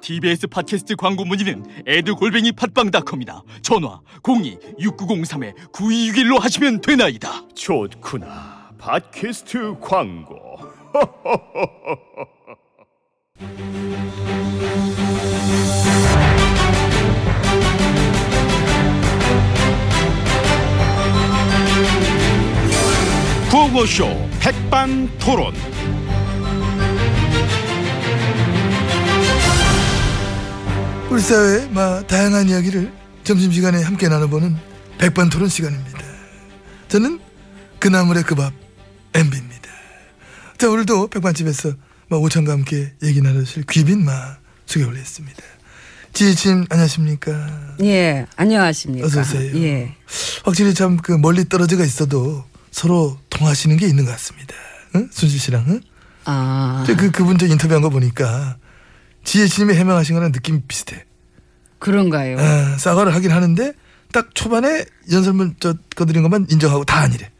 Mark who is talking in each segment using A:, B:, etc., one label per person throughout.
A: TBS 팟캐스트 광고 문의는 에드골뱅이 팟빵닷컴이나 전화 02-6903-9261로 하시면 되나이다.
B: 좋구나. 팟캐스트 광고.
C: 구호쇼 백반 토론.
D: 우리 사회의 마, 다양한 이야기를 점심시간에 함께 나눠보는 백반토론 시간입니다. 저는 그나물의 그밥 엠비입니다. 자 오늘도 백반집에서 마, 오찬과 함께 얘기 나누실 귀빈 마 소개 올렸습니다. 지혜진 안녕하십니까?
E: 예, 안녕하십니까.
D: 어서 오세요.
E: 예.
D: 확실히 참 그 멀리 떨어져가 있어도 서로 통하시는 게 있는 것 같습니다. 응? 순실 씨랑 응?
E: 아,
D: 저 그, 그분 저 인터뷰한 거 보니까 지혜진님이 해명하신 거랑 느낌이 비슷해.
E: 그런가요?
D: 아, 사과를 하긴 하는데 딱 초반에 연설문 저 거드린 것만 인정하고 다 아니래.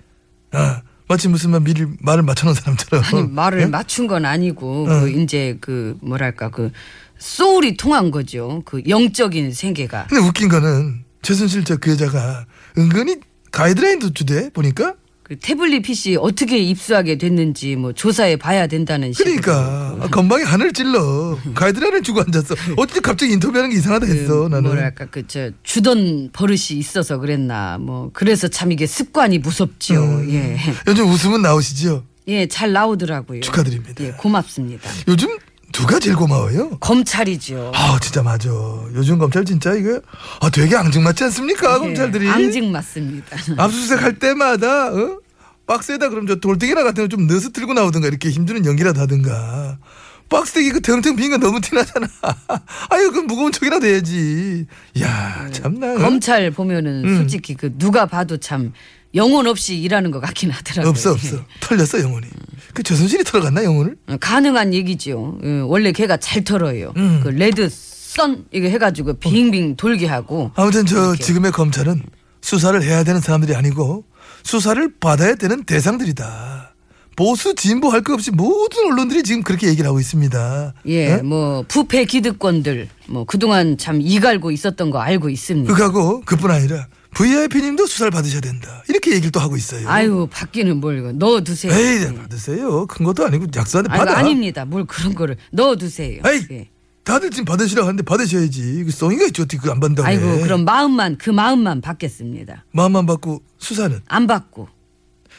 D: 아, 마치 무슨 막 미리 말을 맞춰놓은 사람처럼.
E: 아니, 말을
D: 예?
E: 맞춘 건 아니고,
D: 어.
E: 그, 이제, 그, 뭐랄까, 그, 소울이 통한 거죠. 그, 영적인 생계가.
D: 근데 웃긴 거는 최순실 저 그 여자가 은근히 가이드라인도 주대 보니까.
E: 그 태블릿 PC 어떻게 입수하게 됐는지 뭐 조사해 봐야 된다는 식으로.
D: 그러니까 아, 건방에 하늘 찔러 가이드라인을 주고 앉았어. 어떻게 갑자기 인터뷰하는 게 이상하다
E: 그
D: 했어 나는.
E: 뭐랄까 그 저 주던 버릇이 있어서 그랬나 뭐 그래서 참 이게 습관이 무섭지요 예
D: 음. 요즘 웃음은 나오시지요?
E: 예, 잘 나오더라고요
D: 축하드립니다.
E: 예 고맙습니다
D: 요즘 누가 제일 고마워요?
E: 검찰이죠
D: 아 진짜 맞아. 요즘 검찰 진짜 이거 아 되게 앙증맞지 않습니까
E: 예,
D: 아, 검찰들이?
E: 앙증 맞습니다
D: 압수수색 할 때마다 어? 박스에다 그럼 저 돌덩이나 같은 거 좀 넣어서 들고 나오든가 이렇게 힘주는 연기라도 하든가 박스에 그 텅텅 빈 거 너무 티나잖아 아유 그 무거운 척이라도 해야지 야 참나
E: 네.
D: 어?
E: 검찰 보면은 솔직히 그 누가 봐도 참 영혼 없이 일하는 것 같긴 하더라고요.
D: 없어 없어
E: 예.
D: 털렸어 영혼이 그 조선실이 털어갔나 영혼을
E: 어, 가능한 얘기죠. 예, 원래 걔가 잘 털어요. 그 레드 선 이거 해가지고 빙빙 돌게 하고.
D: 아무튼 저
E: 이렇게.
D: 지금의 검찰은 수사를 해야 되는 사람들이 아니고 수사를 받아야 되는 대상들이다 보수 진보 할 것 없이 모든 언론들이 지금 그렇게 얘기를 하고 있습니다
E: 예,
D: 예?
E: 뭐 부패 기득권들 뭐 그동안 참 이갈고 있었던 거 알고 있습니다.
D: 그하고 그뿐 아니라 VIP님도 수사를 받으셔야 된다. 이렇게 얘기를 또 하고 있어요.
E: 아유 받기는 뭘 이거 넣어두세요.
D: 에이 네,
E: 예.
D: 받으세요. 큰 것도 아니고 약수한테
E: 아이고,
D: 받아.
E: 아닙니다. 뭘 그런 거를 넣어두세요.
D: 에이,
E: 예.
D: 다들 지금 받으시라고 하는데 받으셔야지. 그 성의가 있지 어떻게 그거 안 받는다고
E: 아이고
D: 해.
E: 그럼 마음만 그 마음만 받겠습니다.
D: 마음만 받고 수사는.
E: 안 받고.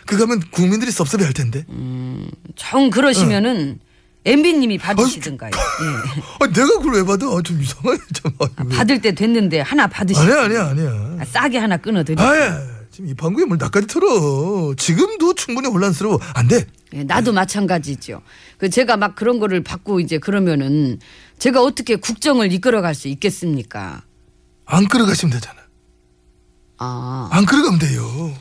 D: 그거면 국민들이 섭섭해할 텐데.
E: 음. 정 그러시면은 엠비님이 받으시든가요. 예.
D: 아, 내가 그걸 왜 받아? 아, 좀 이상하네 참. 아이고.
E: 받을 때 됐는데 하나 받으시고
D: 아니야 아니야 아니야.
E: 아, 싸게 하나 끊어드리.
D: 아야 지금 이 방구에 뭘 나까지 털어. 지금도 충분히 혼란스러워. 안 돼.
E: 예, 나도 마찬가지죠. 그 제가 막 그런 거를 받고 이제 그러면은 제가 어떻게 국정을 이끌어갈 수 있겠습니까?
D: 안 끌어가시면 되잖아.
E: 아,
D: 안 끌어가면 돼요.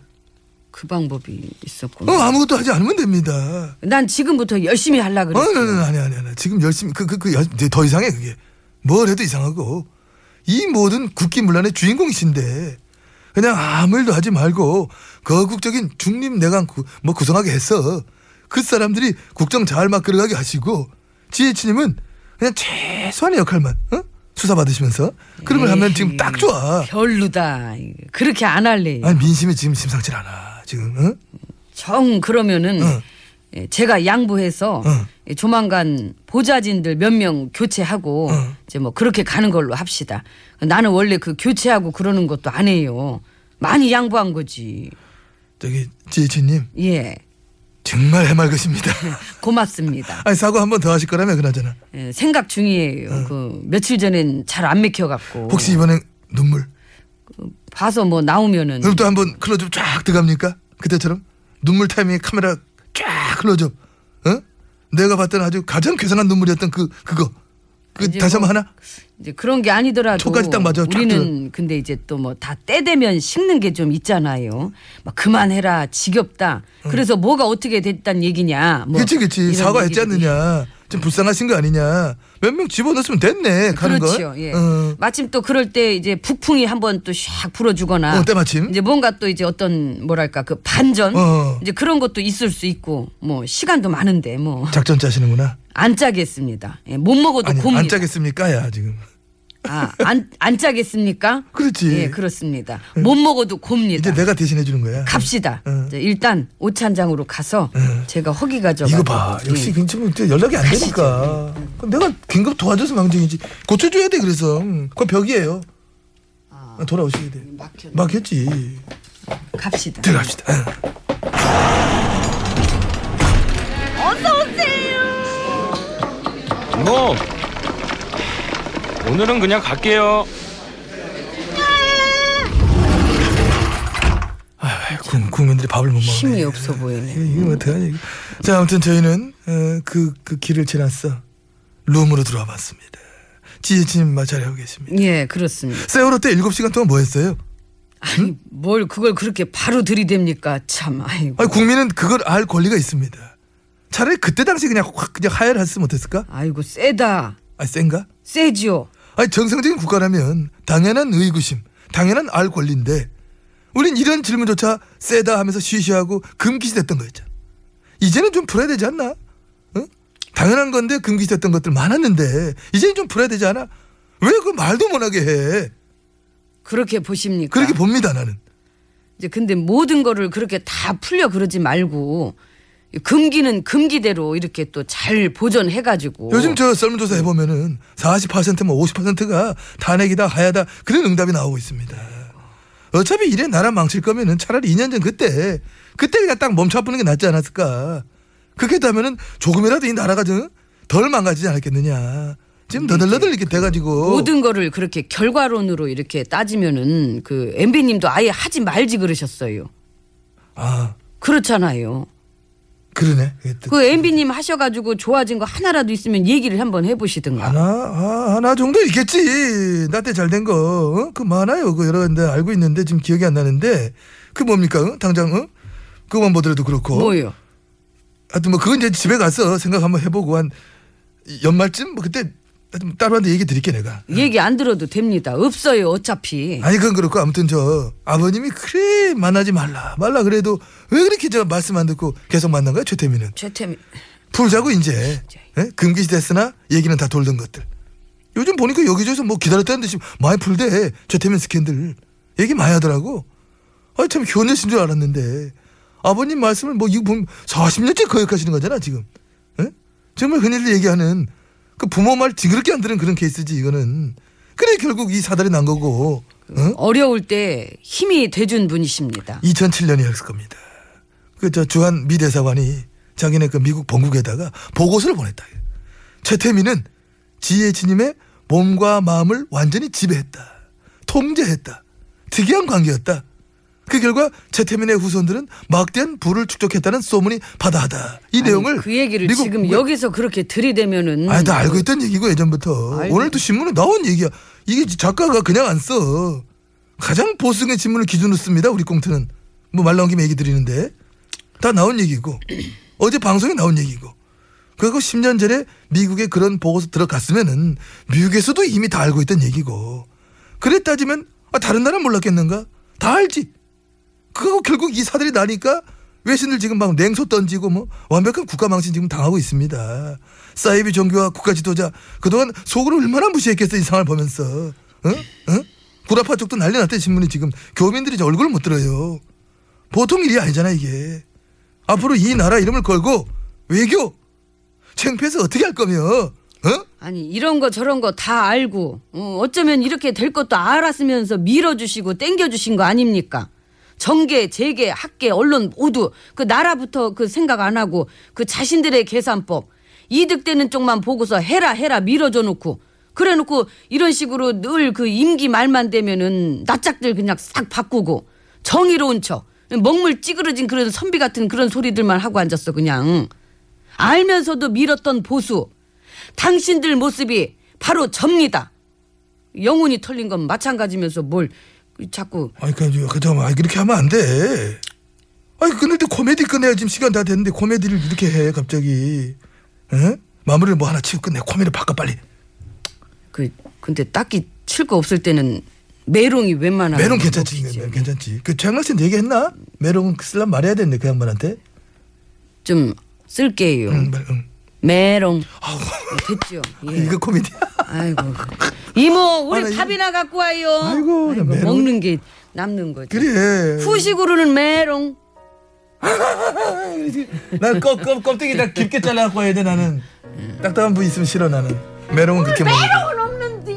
E: 그 방법이 있었구나.
D: 어, 아무것도 하지 않으면 됩니다.
E: 난 지금부터 열심히 하려 그래.
D: 어, 네, 네, 아니, 아니, 아니. 지금 열심히, 그, 그, 그, 여- 이제 더 이상해, 그게. 뭘 해도 이상하고. 이 모든 국기문란의 주인공이신데, 그냥 아무 일도 하지 말고, 거국적인 중립내강 구, 뭐 구성하게 해서, 그 사람들이 국정 잘 막 끌어가게 하시고, 지혜치님은 그냥 최소한의 역할만, 어? 수사받으시면서. 그러면 하면 지금 딱 좋아.
E: 예, 별로다. 그렇게 안 할래.
D: 아니, 민심이 지금 심상치 않아. 지금, 어?
E: 정 그러면은
D: 응.
E: 예, 제가 양보해서
D: 응.
E: 예, 조만간 보좌진들 몇 명 교체하고
D: 응.
E: 이제 뭐 그렇게 가는 걸로 합시다. 나는 원래 그 교체하고 그러는 것도 안 해요. 많이 양보한 거지.
D: 저기, 지혜치님,
E: 예,
D: 정말 해맑으십니다.
E: 고맙습니다.
D: 아니, 사과 한 번 더 하실 거라며, 그나저나.
E: 예, 생각 중이에요. 그 며칠 전엔 잘 안 맥혀갖고
D: 혹시 이번엔 눈물?
E: 봐서 뭐 나오면은
D: 그럼 또 한번 클로즈업 쫙 들어갑니까? 그때처럼 눈물 타이밍에 카메라 쫙 클로즈업. 어? 내가 봤던 아주 가장 괴상한 눈물이었던 그 그거. 그
E: 이제
D: 다시
E: 뭐
D: 한번 하나?
E: 이제 그런 게 아니더라도
D: 촉까지 딱 맞아, 쫙
E: 우리는 근데 이제 또 뭐 다 때되면 식는 게 좀 있잖아요. 막 그만해라 지겹다. 그래서 뭐가 어떻게 됐단 얘기냐. 뭐
D: 음. 그치 그치
E: 이런
D: 사과했지
E: 얘기들이.
D: 않느냐 좀 불쌍하신 거 아니냐 몇 명 집어넣었으면 됐네 가는 어. 거
E: 그렇죠. 예. 마침 또 그럴 때 이제 북풍이 한번 또 샥 불어주거나
D: 어, 때마침.
E: 이제 뭔가 또 이제 어떤 뭐랄까 그 반전
D: 어.
E: 이제 그런 것도 있을 수 있고 뭐 시간도 많은데 뭐 안
D: 작전 짜시는구나
E: 짜겠습니다. 예, 못 먹어도
D: 아니
E: 곱니다.
D: 안 짜겠습니까 야 지금
E: 아안안 짜겠습니까?
D: 그렇지.
E: 예, 그렇습니다. 못 먹어도 곱니다.
D: 이제 내가 대신해 주는 거야
E: 갑시다.
D: 응.
E: 이제 일단 오찬장으로 가서 제가 허기가 져.
D: 이거 봐 역시
E: 그러니까 예.
D: 지금 이제 연락이 안 되니까 그럼 내가 긴급 도와줘서 망정이지 고쳐줘야 돼 그래서 음, 그건 벽이에요 돌아오셔야 돼
E: 막혔네.
D: 막혔지
E: 갑시다.
D: 들어갑시다
F: 뭐 오늘은 그냥 갈게요.
D: 아이, 국- 국민들이 밥을 못 먹네
E: 힘이 없어 보이네.
D: 이거 이거 어떡하냐 이거. 자 아무튼 저희는 어, 그, 그 길을 지나서 룸으로 들어와 봤습니다 지혜진님 마 잘하고 계십니다
E: 예, 그렇습니다.
D: 세월호 때 7시간 동안 뭐 했어요?
E: 아니 뭘 그걸 그렇게 바로 들이댑니까 참 아이고
D: 아니 국민은 그걸 알 권리가 있습니다 차라리 그때 당시 그냥 확 그냥 하야를 했으면 어땠을까?
E: 아이고 세다
D: 아 센가?
E: 세지요
D: 아니 정상적인 국가라면 당연한 의구심 당연한 알 권리인데 우린 이런 질문조차 세다 하면서 쉬쉬하고 금기시 됐던 거였잖아 이제는 좀 풀어야 되지 않나? 응? 당연한 건데 금기시 됐던 것들 많았는데 이제는 좀 풀어야 되지 않아? 왜 그 말도 못하게 해
E: 그렇게 보십니까
D: 그렇게 봅니다 나는
E: 이제 근데 모든 거를 그렇게 다 풀려 그러지 말고 이 금기는 금기대로 이렇게 또 잘 보존해 가지고
D: 요즘 저 설문조사 해보면은 40%뭐 50%가 탄핵이다 하야다 그런 응답이 나오고 있습니다. 어차피 이래 나라 망칠 거면은 차라리 2년 전 그때 그때 그냥 딱 멈춰보는 게 낫지 않았을까. 그렇게 되면은 조금이라도 이 나라가 좀 덜 망가지지 않았겠느냐. 지금 너덜너덜 이렇게 돼가지고
E: 모든 거를 그렇게 결과론으로 이렇게 따지면은 그 MB님도 아예 하지 말지 그러셨어요
D: 아
E: 그렇잖아요
D: 그러네. 이게 또
E: 그 MB님 하셔가지고 좋아진 거 하나라도 있으면 얘기를 한번 해보시든가
D: 하나 아, 하나 정도 있겠지. 나 때 잘 된 거 그 많아요. 그 여러 군데 알고 있는데 지금 기억이 안 나는데 그 뭡니까? 어? 당장 어? 그만 보더라도 그렇고
E: 뭐요
D: 하여튼 뭐 그건 이제 집에 가서 생각 한번 해보고 한 연말쯤 뭐 그때 하여튼 따로 한테 얘기 드릴게 내가.
E: 얘기 안 들어도 됩니다 없어요 어차피
D: 아니 그건 그렇고 아무튼 저 아버님이 그래 만나지 말라 말라 그래도 왜 그렇게 저 말씀 안 듣고 계속 만난 거야 최태민은
E: 최태민
D: 풀자고 이제 예? 금기시 됐으나 얘기는 다 돌던 것들 요즘 보니까 여기저기서 뭐 기다렸다는 듯이 많이 풀대 최태민 스캔들 얘기 많이 하더라고 아니 참 현실인 줄 알았는데 아버님 말씀을 뭐 이거 보면 40년째 거역하시는 거잖아 지금 예? 정말 흔히들 얘기하는 그 부모 말 징그럽게 안 들은 그런 케이스지 이거는 그래 결국 이 사달이 난 거고 응?
E: 어려울 때 힘이 돼준 분이십니다.
D: 2007년이었을 겁니다. 그 저 주한 미 대사관이 자기네 그 미국 본국에다가 보고서를 보냈다. 최태민은 지혜진님의 몸과 마음을 완전히 지배했다. 통제했다. 특이한 관계였다. 그 결과 최태민의 후손들은 막대한 부를 축적했다는 소문이 바다하다. 이 내용을
E: 그 얘기를
D: 미국
E: 지금
D: 외-
E: 여기서 그렇게 들이대면은
D: 아니 나 알고 있던 얘기고 예전부터
E: 알고
D: 오늘도 신문에 나온 얘기야 이게 작가가 그냥 안 써 가장 보수의 신문을 기준으로 씁니다 우리 꽁트는 뭐 말 나온 김에 얘기 드리는데 다 나온 얘기고 어제 방송에 나온 얘기고 그리고 10년 전에 미국에 그런 보고서 들어갔으면은 미국에서도 이미 다 알고 있던 얘기고 그래 따지면 아, 다른 나라 는 몰랐겠는가 다 알지 그거 결국 이 사들이 나니까 외신들 지금 막 냉소 던지고 뭐 완벽한 국가 망신 지금 당하고 있습니다. 사이비 종교와 국가 지도자 그동안 속으로 얼마나 무시했겠어 이 상황을 보면서 응? 응? 구라파 쪽도 난리 났대 신문이 지금 교민들이 이제 얼굴을 못 들어요. 보통 일이 아니잖아 이게. 앞으로 이 나라 이름을 걸고 외교 창피해서 어떻게 할 거며 어?
E: 아니 이런 거 저런 거 다 알고 어, 어쩌면 이렇게 될 것도 알았으면서 밀어주시고 땡겨주신 거 아닙니까? 정계, 재계, 학계, 언론 모두 그 나라부터 그 생각 안 하고 그 자신들의 계산법 이득되는 쪽만 보고서 해라 해라 밀어줘 놓고 그래놓고 이런 식으로 늘 그 임기 말만 되면은 낯짝들 그냥 싹 바꾸고 정의로운 척 먹물 찌그러진 그런 선비 같은 그런 소리들만 하고 앉았어 그냥 알면서도 밀었던 보수 당신들 모습이
G: 바로 접니다. 영혼이 털린 건 마찬가지면서 뭘 자꾸
D: 아니 그냥 그 잠깐만 아니, 그렇게 하면 안 돼. 아니 끊을 때 코미디 끊어야 지금 시간 다 됐는데 코미디를 이렇게 해 갑자기. 응? 마무리를 뭐 하나 치고 끝내 코미디 바꿔 빨리.
G: 그 근데 딱히 칠 거 없을 때는 메롱이
E: 아,
G: 웬만하면
D: 메롱
E: 네,
D: 괜찮지
G: 먹히지.
D: 메롱 괜찮지. 그 최양락 씨는 얘기했나? 메롱은 쓸란 말해야 되는데 그 양반한테.
G: 좀 쓸게요.
E: 음.
D: 응, 말- 응.
G: 메롱 됐죠. 예.
D: 음. 아, 이거 코미디야.
G: 아이고 이모
D: 아, 나
G: 우리
D: 이거-
G: 밥이나 갖고 와요.
D: 아이고, 나 메롱.
G: 먹는 게 남는 거지.
D: 그래.
G: 후식으로는 메롱.
D: 난껍껍 껍데기 다 깊게 잘라갖고 해야 돼 나는. 딱딱한 부위 있으면 싫어 나는. 메롱은 그렇게 먹는. 메롱은 없는데.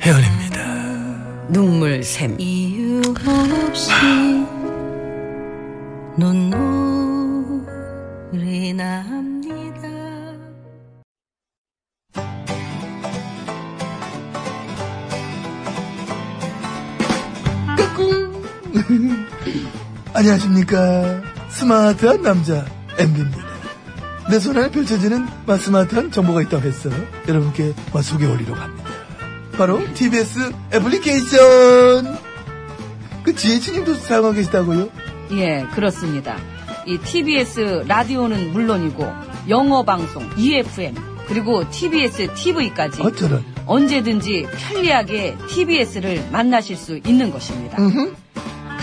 D: 혜연입니다.
G: 눈물 샘.
E: 이유 없이 눈물이 납니다.
D: 안녕하십니까 스마트한 남자 MB입니다 내 손안에 펼쳐지는 막 스마트한 정보가 있다고 해서 여러분께 막 소개 올리려고 합니다 바로 TBS 애플리케이션 그 지혜진님도 사용하고 계시다고요?
G: 예, 그렇습니다. 이 TBS 라디오는 물론이고 영어 방송, EFM, 그리고 TBS TV까지
D: 어쩌면
G: 언제든지 편리하게 TBS를 만나실 수 있는 것입니다.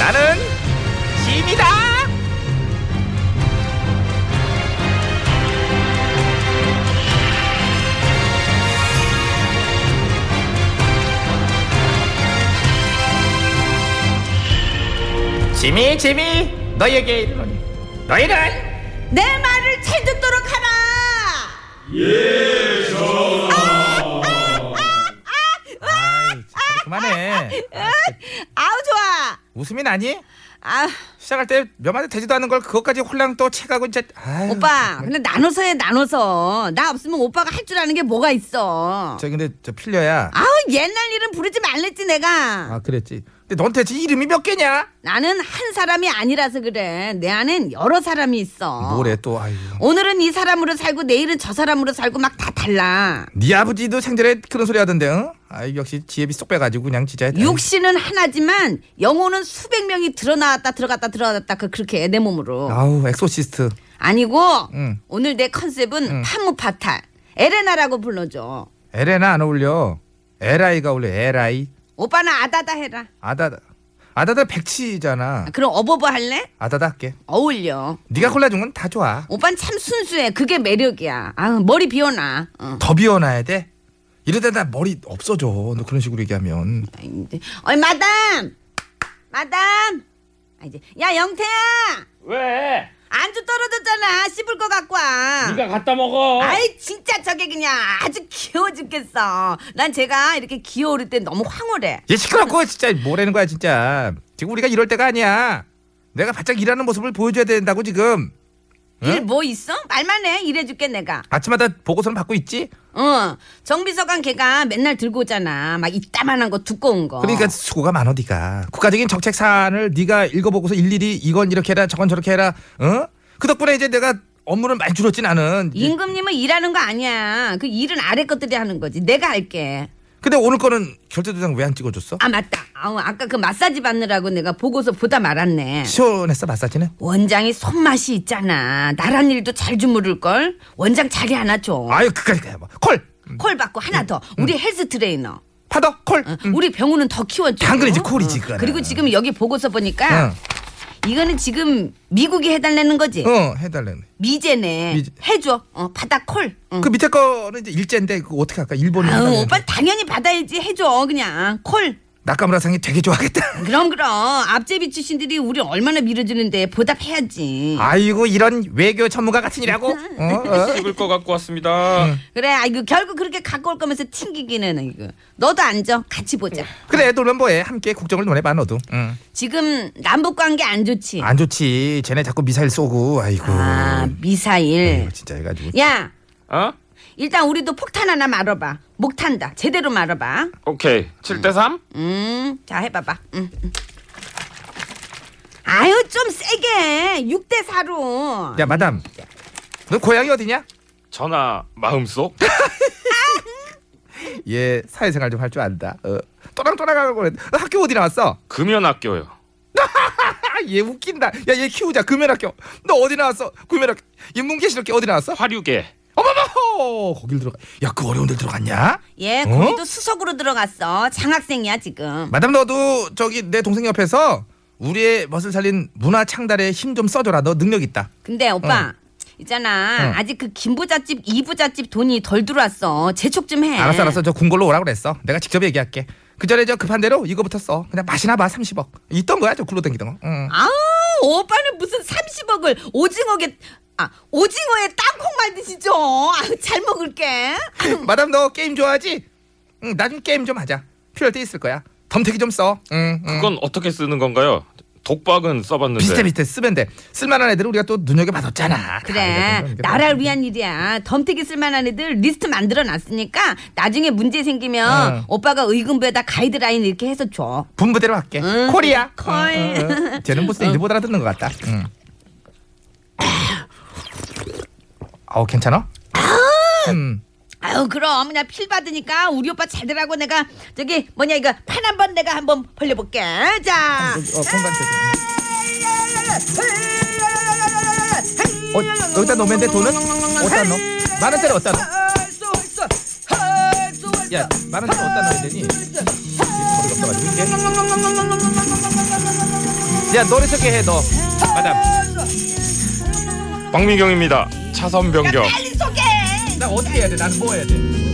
H: 나는 짐이다. 짐이 짐이 너에게 이르노니 너희는
E: 내 말을 잘 듣도록 하라.
H: 아, 그만해.
E: 아우 좋아.
H: 웃음이 나니?
E: 아
H: 시작할 때 몇 마디 되지도 않은 걸 그것까지 홀랑 또 체가고 이제 아유.
E: 오빠 근데 나눠서 해 나눠서 나 없으면 오빠가 할 줄 아는 게 뭐가 있어.
H: 저 근데 저 필려야.
E: 아우 옛날 일은 부르지 말랬지 내가.
H: 아 그랬지. 근데 넌 대체 이름이 몇 개냐?
E: 나는 한 사람이 아니라서 그래. 내 안엔 여러 사람이 있어.
H: 뭐래 또 아유.
E: 오늘은 이 사람으로 살고 내일은 저 사람으로 살고 막 다 달라.
H: 네 아버지도 생전에 그런 소리 하던데. 응? 아 역시 지혜비 쏙 빼가지고 그냥 진짜.
E: 육신은 하나지만 영혼은 수백 명이 들어나왔다 들어갔다 들어갔다 그 그렇게 해, 내 몸으로.
H: 아우 엑소시스트.
E: 아니고
H: 응.
E: 오늘 내 컨셉은 파무파탈 에레나라고 불러줘.
H: 에레나 안 어울려. 에라이가 어울려. 에라이.
E: 오빠는 아다다 해라.
H: 아다다. 아다다 백치잖아.
E: 그럼 어버버 할래?
H: 아다다 할게.
E: 어울려.
H: 네가 골라준 건 다 좋아.
E: 오빠는 참 순수해. 그게 매력이야. 아 머리 비워놔. 어.
H: 더 비워놔야 돼. 이러다 나 머리 없어져. 너 그런 식으로 얘기하면.
E: 어이 마담, 마담. 아, 이제 야 영태야.
I: 왜?
E: 안주 떨어졌잖아. 씹을 거 갖고 와.
I: 네가 갖다 먹어.
E: 아이 진짜 저게 그냥 아주 귀여워 죽겠어. 난 제가 이렇게 귀여울 때 너무 황홀해.
H: 얘 시끄럽고 진짜 뭐라는 거야 진짜. 지금 우리가 이럴 때가 아니야. 내가 바짝 일하는 모습을 보여줘야 된다고 지금.
E: 일 뭐 있어? 말만 해. 일해줄게 내가.
H: 아침마다 보고서는 받고 있지.
E: 어. 정비서관 걔가 맨날 들고 오잖아. 막 이따만한 거 두꺼운 거.
H: 그러니까 수고가 많어 네가 국가적인 정책 사안을 네가 읽어보고서 일일이 이건 이렇게 해라 저건 저렇게 해라 어? 그 덕분에 이제 내가 업무는 많이 줄었지 나는 이제.
E: 임금님은 일하는 거 아니야. 그 일은 아래 것들이 하는 거지. 내가 할게.
H: 근데 오늘 거는 결제 도장 왜 안 찍어줬어?
E: 아 맞다. 아우, 아까 그 마사지 받느라고 내가 보고서 보다 말았네.
H: 시원했어 마사지는?
E: 원장이 손맛이 있잖아. 나란 일도 잘 주무를 걸. 원장 자리 하나 줘.
H: 아유 그까지 가야 콜!
E: 콜 받고 하나 더. 우리 헬스 트레이너.
H: 파더 콜!
E: 어,
H: 음.
E: 우리 병우는 더 키웠죠.
H: 당근이지, 콜이지,
E: 어.
H: 그거는.
E: 그리고 지금 여기 보고서 보니까 이거는 지금 미국이 해달라는 거지.
H: 응. 어 해달래
E: 미제네.
H: 미제.
E: 해줘. 어, 받아 콜. 응.
H: 그 밑에 거는 이제 일제인데 그거 어떻게 할까? 일본이
E: 아우,
H: 하나면.
E: 오빠 당연히 받아야지. 해줘 그냥 콜.
H: 낙가무라상이 되게 좋아하겠다.
E: 그럼 그럼 앞제비 출신들이 우리 얼마나 밀어주는데 보답해야지.
H: 아이고 이런 외교 전문가 같은 이라고.
E: 음.
H: 어, 어.
J: 죽을 것 같고 왔습니다.
E: 그래 아이고 결국 그렇게 갖고 올 거면서 튕기기는 이거. 너도 앉아 같이 보자.
H: 그래 놀면 뭐해 함께 국정을 논해봐 너도. 응.
E: 지금 남북 관계 안 좋지.
H: 안 좋지. 쟤네 자꾸 미사일 쏘고 아이고.
E: 아 미사일.
H: 그. 아이고, 진짜 해가지고.
E: 야
J: 어?
E: 일단 우리도 폭탄 하나 말아봐. 목탄다. 제대로 말아봐.
J: 오케이. 7대 3?
E: 음, 자 해봐봐. 음. 음. 아유 좀 세게 6대 4로.
H: 야 마담. 너 고향이 어디냐?
J: 음. 전화 마음속?
H: 얘 사회생활 좀 할 줄 안다. 어. 또랑또랑하고 그래. 너 학교 어디 나왔어?
J: 금연학교요.
H: 아얘 웃긴다. 야 얘 키우자 금연학교. 너 어디 나왔어? 금연학교. 인문계 실학교 어디 나왔어?
J: 화류계.
H: 어머머 거길 들어가. 야 그 어려운 데 들어갔냐?
E: 예,
H: 어?
E: 거기도 수석으로 들어갔어. 장학생이야 지금.
H: 마담 너도 저기 내 동생 옆에서 우리의 멋을 살린 문화 창달에 힘 좀 써줘라. 너 능력 있다.
E: 근데
H: 어.
E: 오빠 있잖아
H: 응.
E: 아직 그 김부잣집 이부잣집 돈이 덜 들어왔어. 재촉 좀 해.
H: 알았어 알았어 저 군걸로 오라고 그랬어. 내가 직접 얘기할게. 그 전에 저 급한 대로 이거부터 써. 그냥 맛이나 봐 30억. 있던 거야 저 굴로 당기던 거. 응.
E: 아우 오빠는 무슨 30억을 오징어게 아 오징어에 땅콩 말듯이 줘. 아유 잘 먹을게.
H: 마담 너 게임 좋아하지? 응, 나 좀 게임 좀 하자. 필요할 때 있을 거야. 덤태기 좀 써. 응, 응.
J: 그건 어떻게 쓰는 건가요? 독박은
E: 네.
J: 써봤는데.
H: 음. 비슷해 비슷해 쓰면 돼. 쓸만한 애들은 우리가 또 눈여겨 봐뒀잖아.
E: 그래 나라를 위한 일이야 덤태기 쓸만한 애들 리스트 만들어 놨으니까 나중에 문제 생기면
H: 응.
E: 오빠가 의금부에다 가이드라인 이렇게 해서 줘
H: 분부대로 할게.
E: 응.
H: 코리아.
E: 콜.
H: 응. 쟤는 무슨 일못 알아듣는 것 같다. 음. 응. 어 괜찮아? 음.
E: 아유 그럼 그냥 필 받으니까 우리 오빠 잘 되라고 내가 저기 뭐냐 이거 판 한번 내가 한번 벌려볼게 자
H: 어, 공간 어, 어, 여기다 넣으면 돼 돈은? 어디다 넣어? 만 원짜리 어디다 넣어? 야, 만 원짜리 어디다 넣어야 되니? 머리가 없어가지고 이게. 야, 노래 저게 해 너. 마담.
J: 박민경입니다. 차선 변경.
E: 빨리 소개해
H: 나 어떻게 해야 돼? 나는 뭐 해야 돼?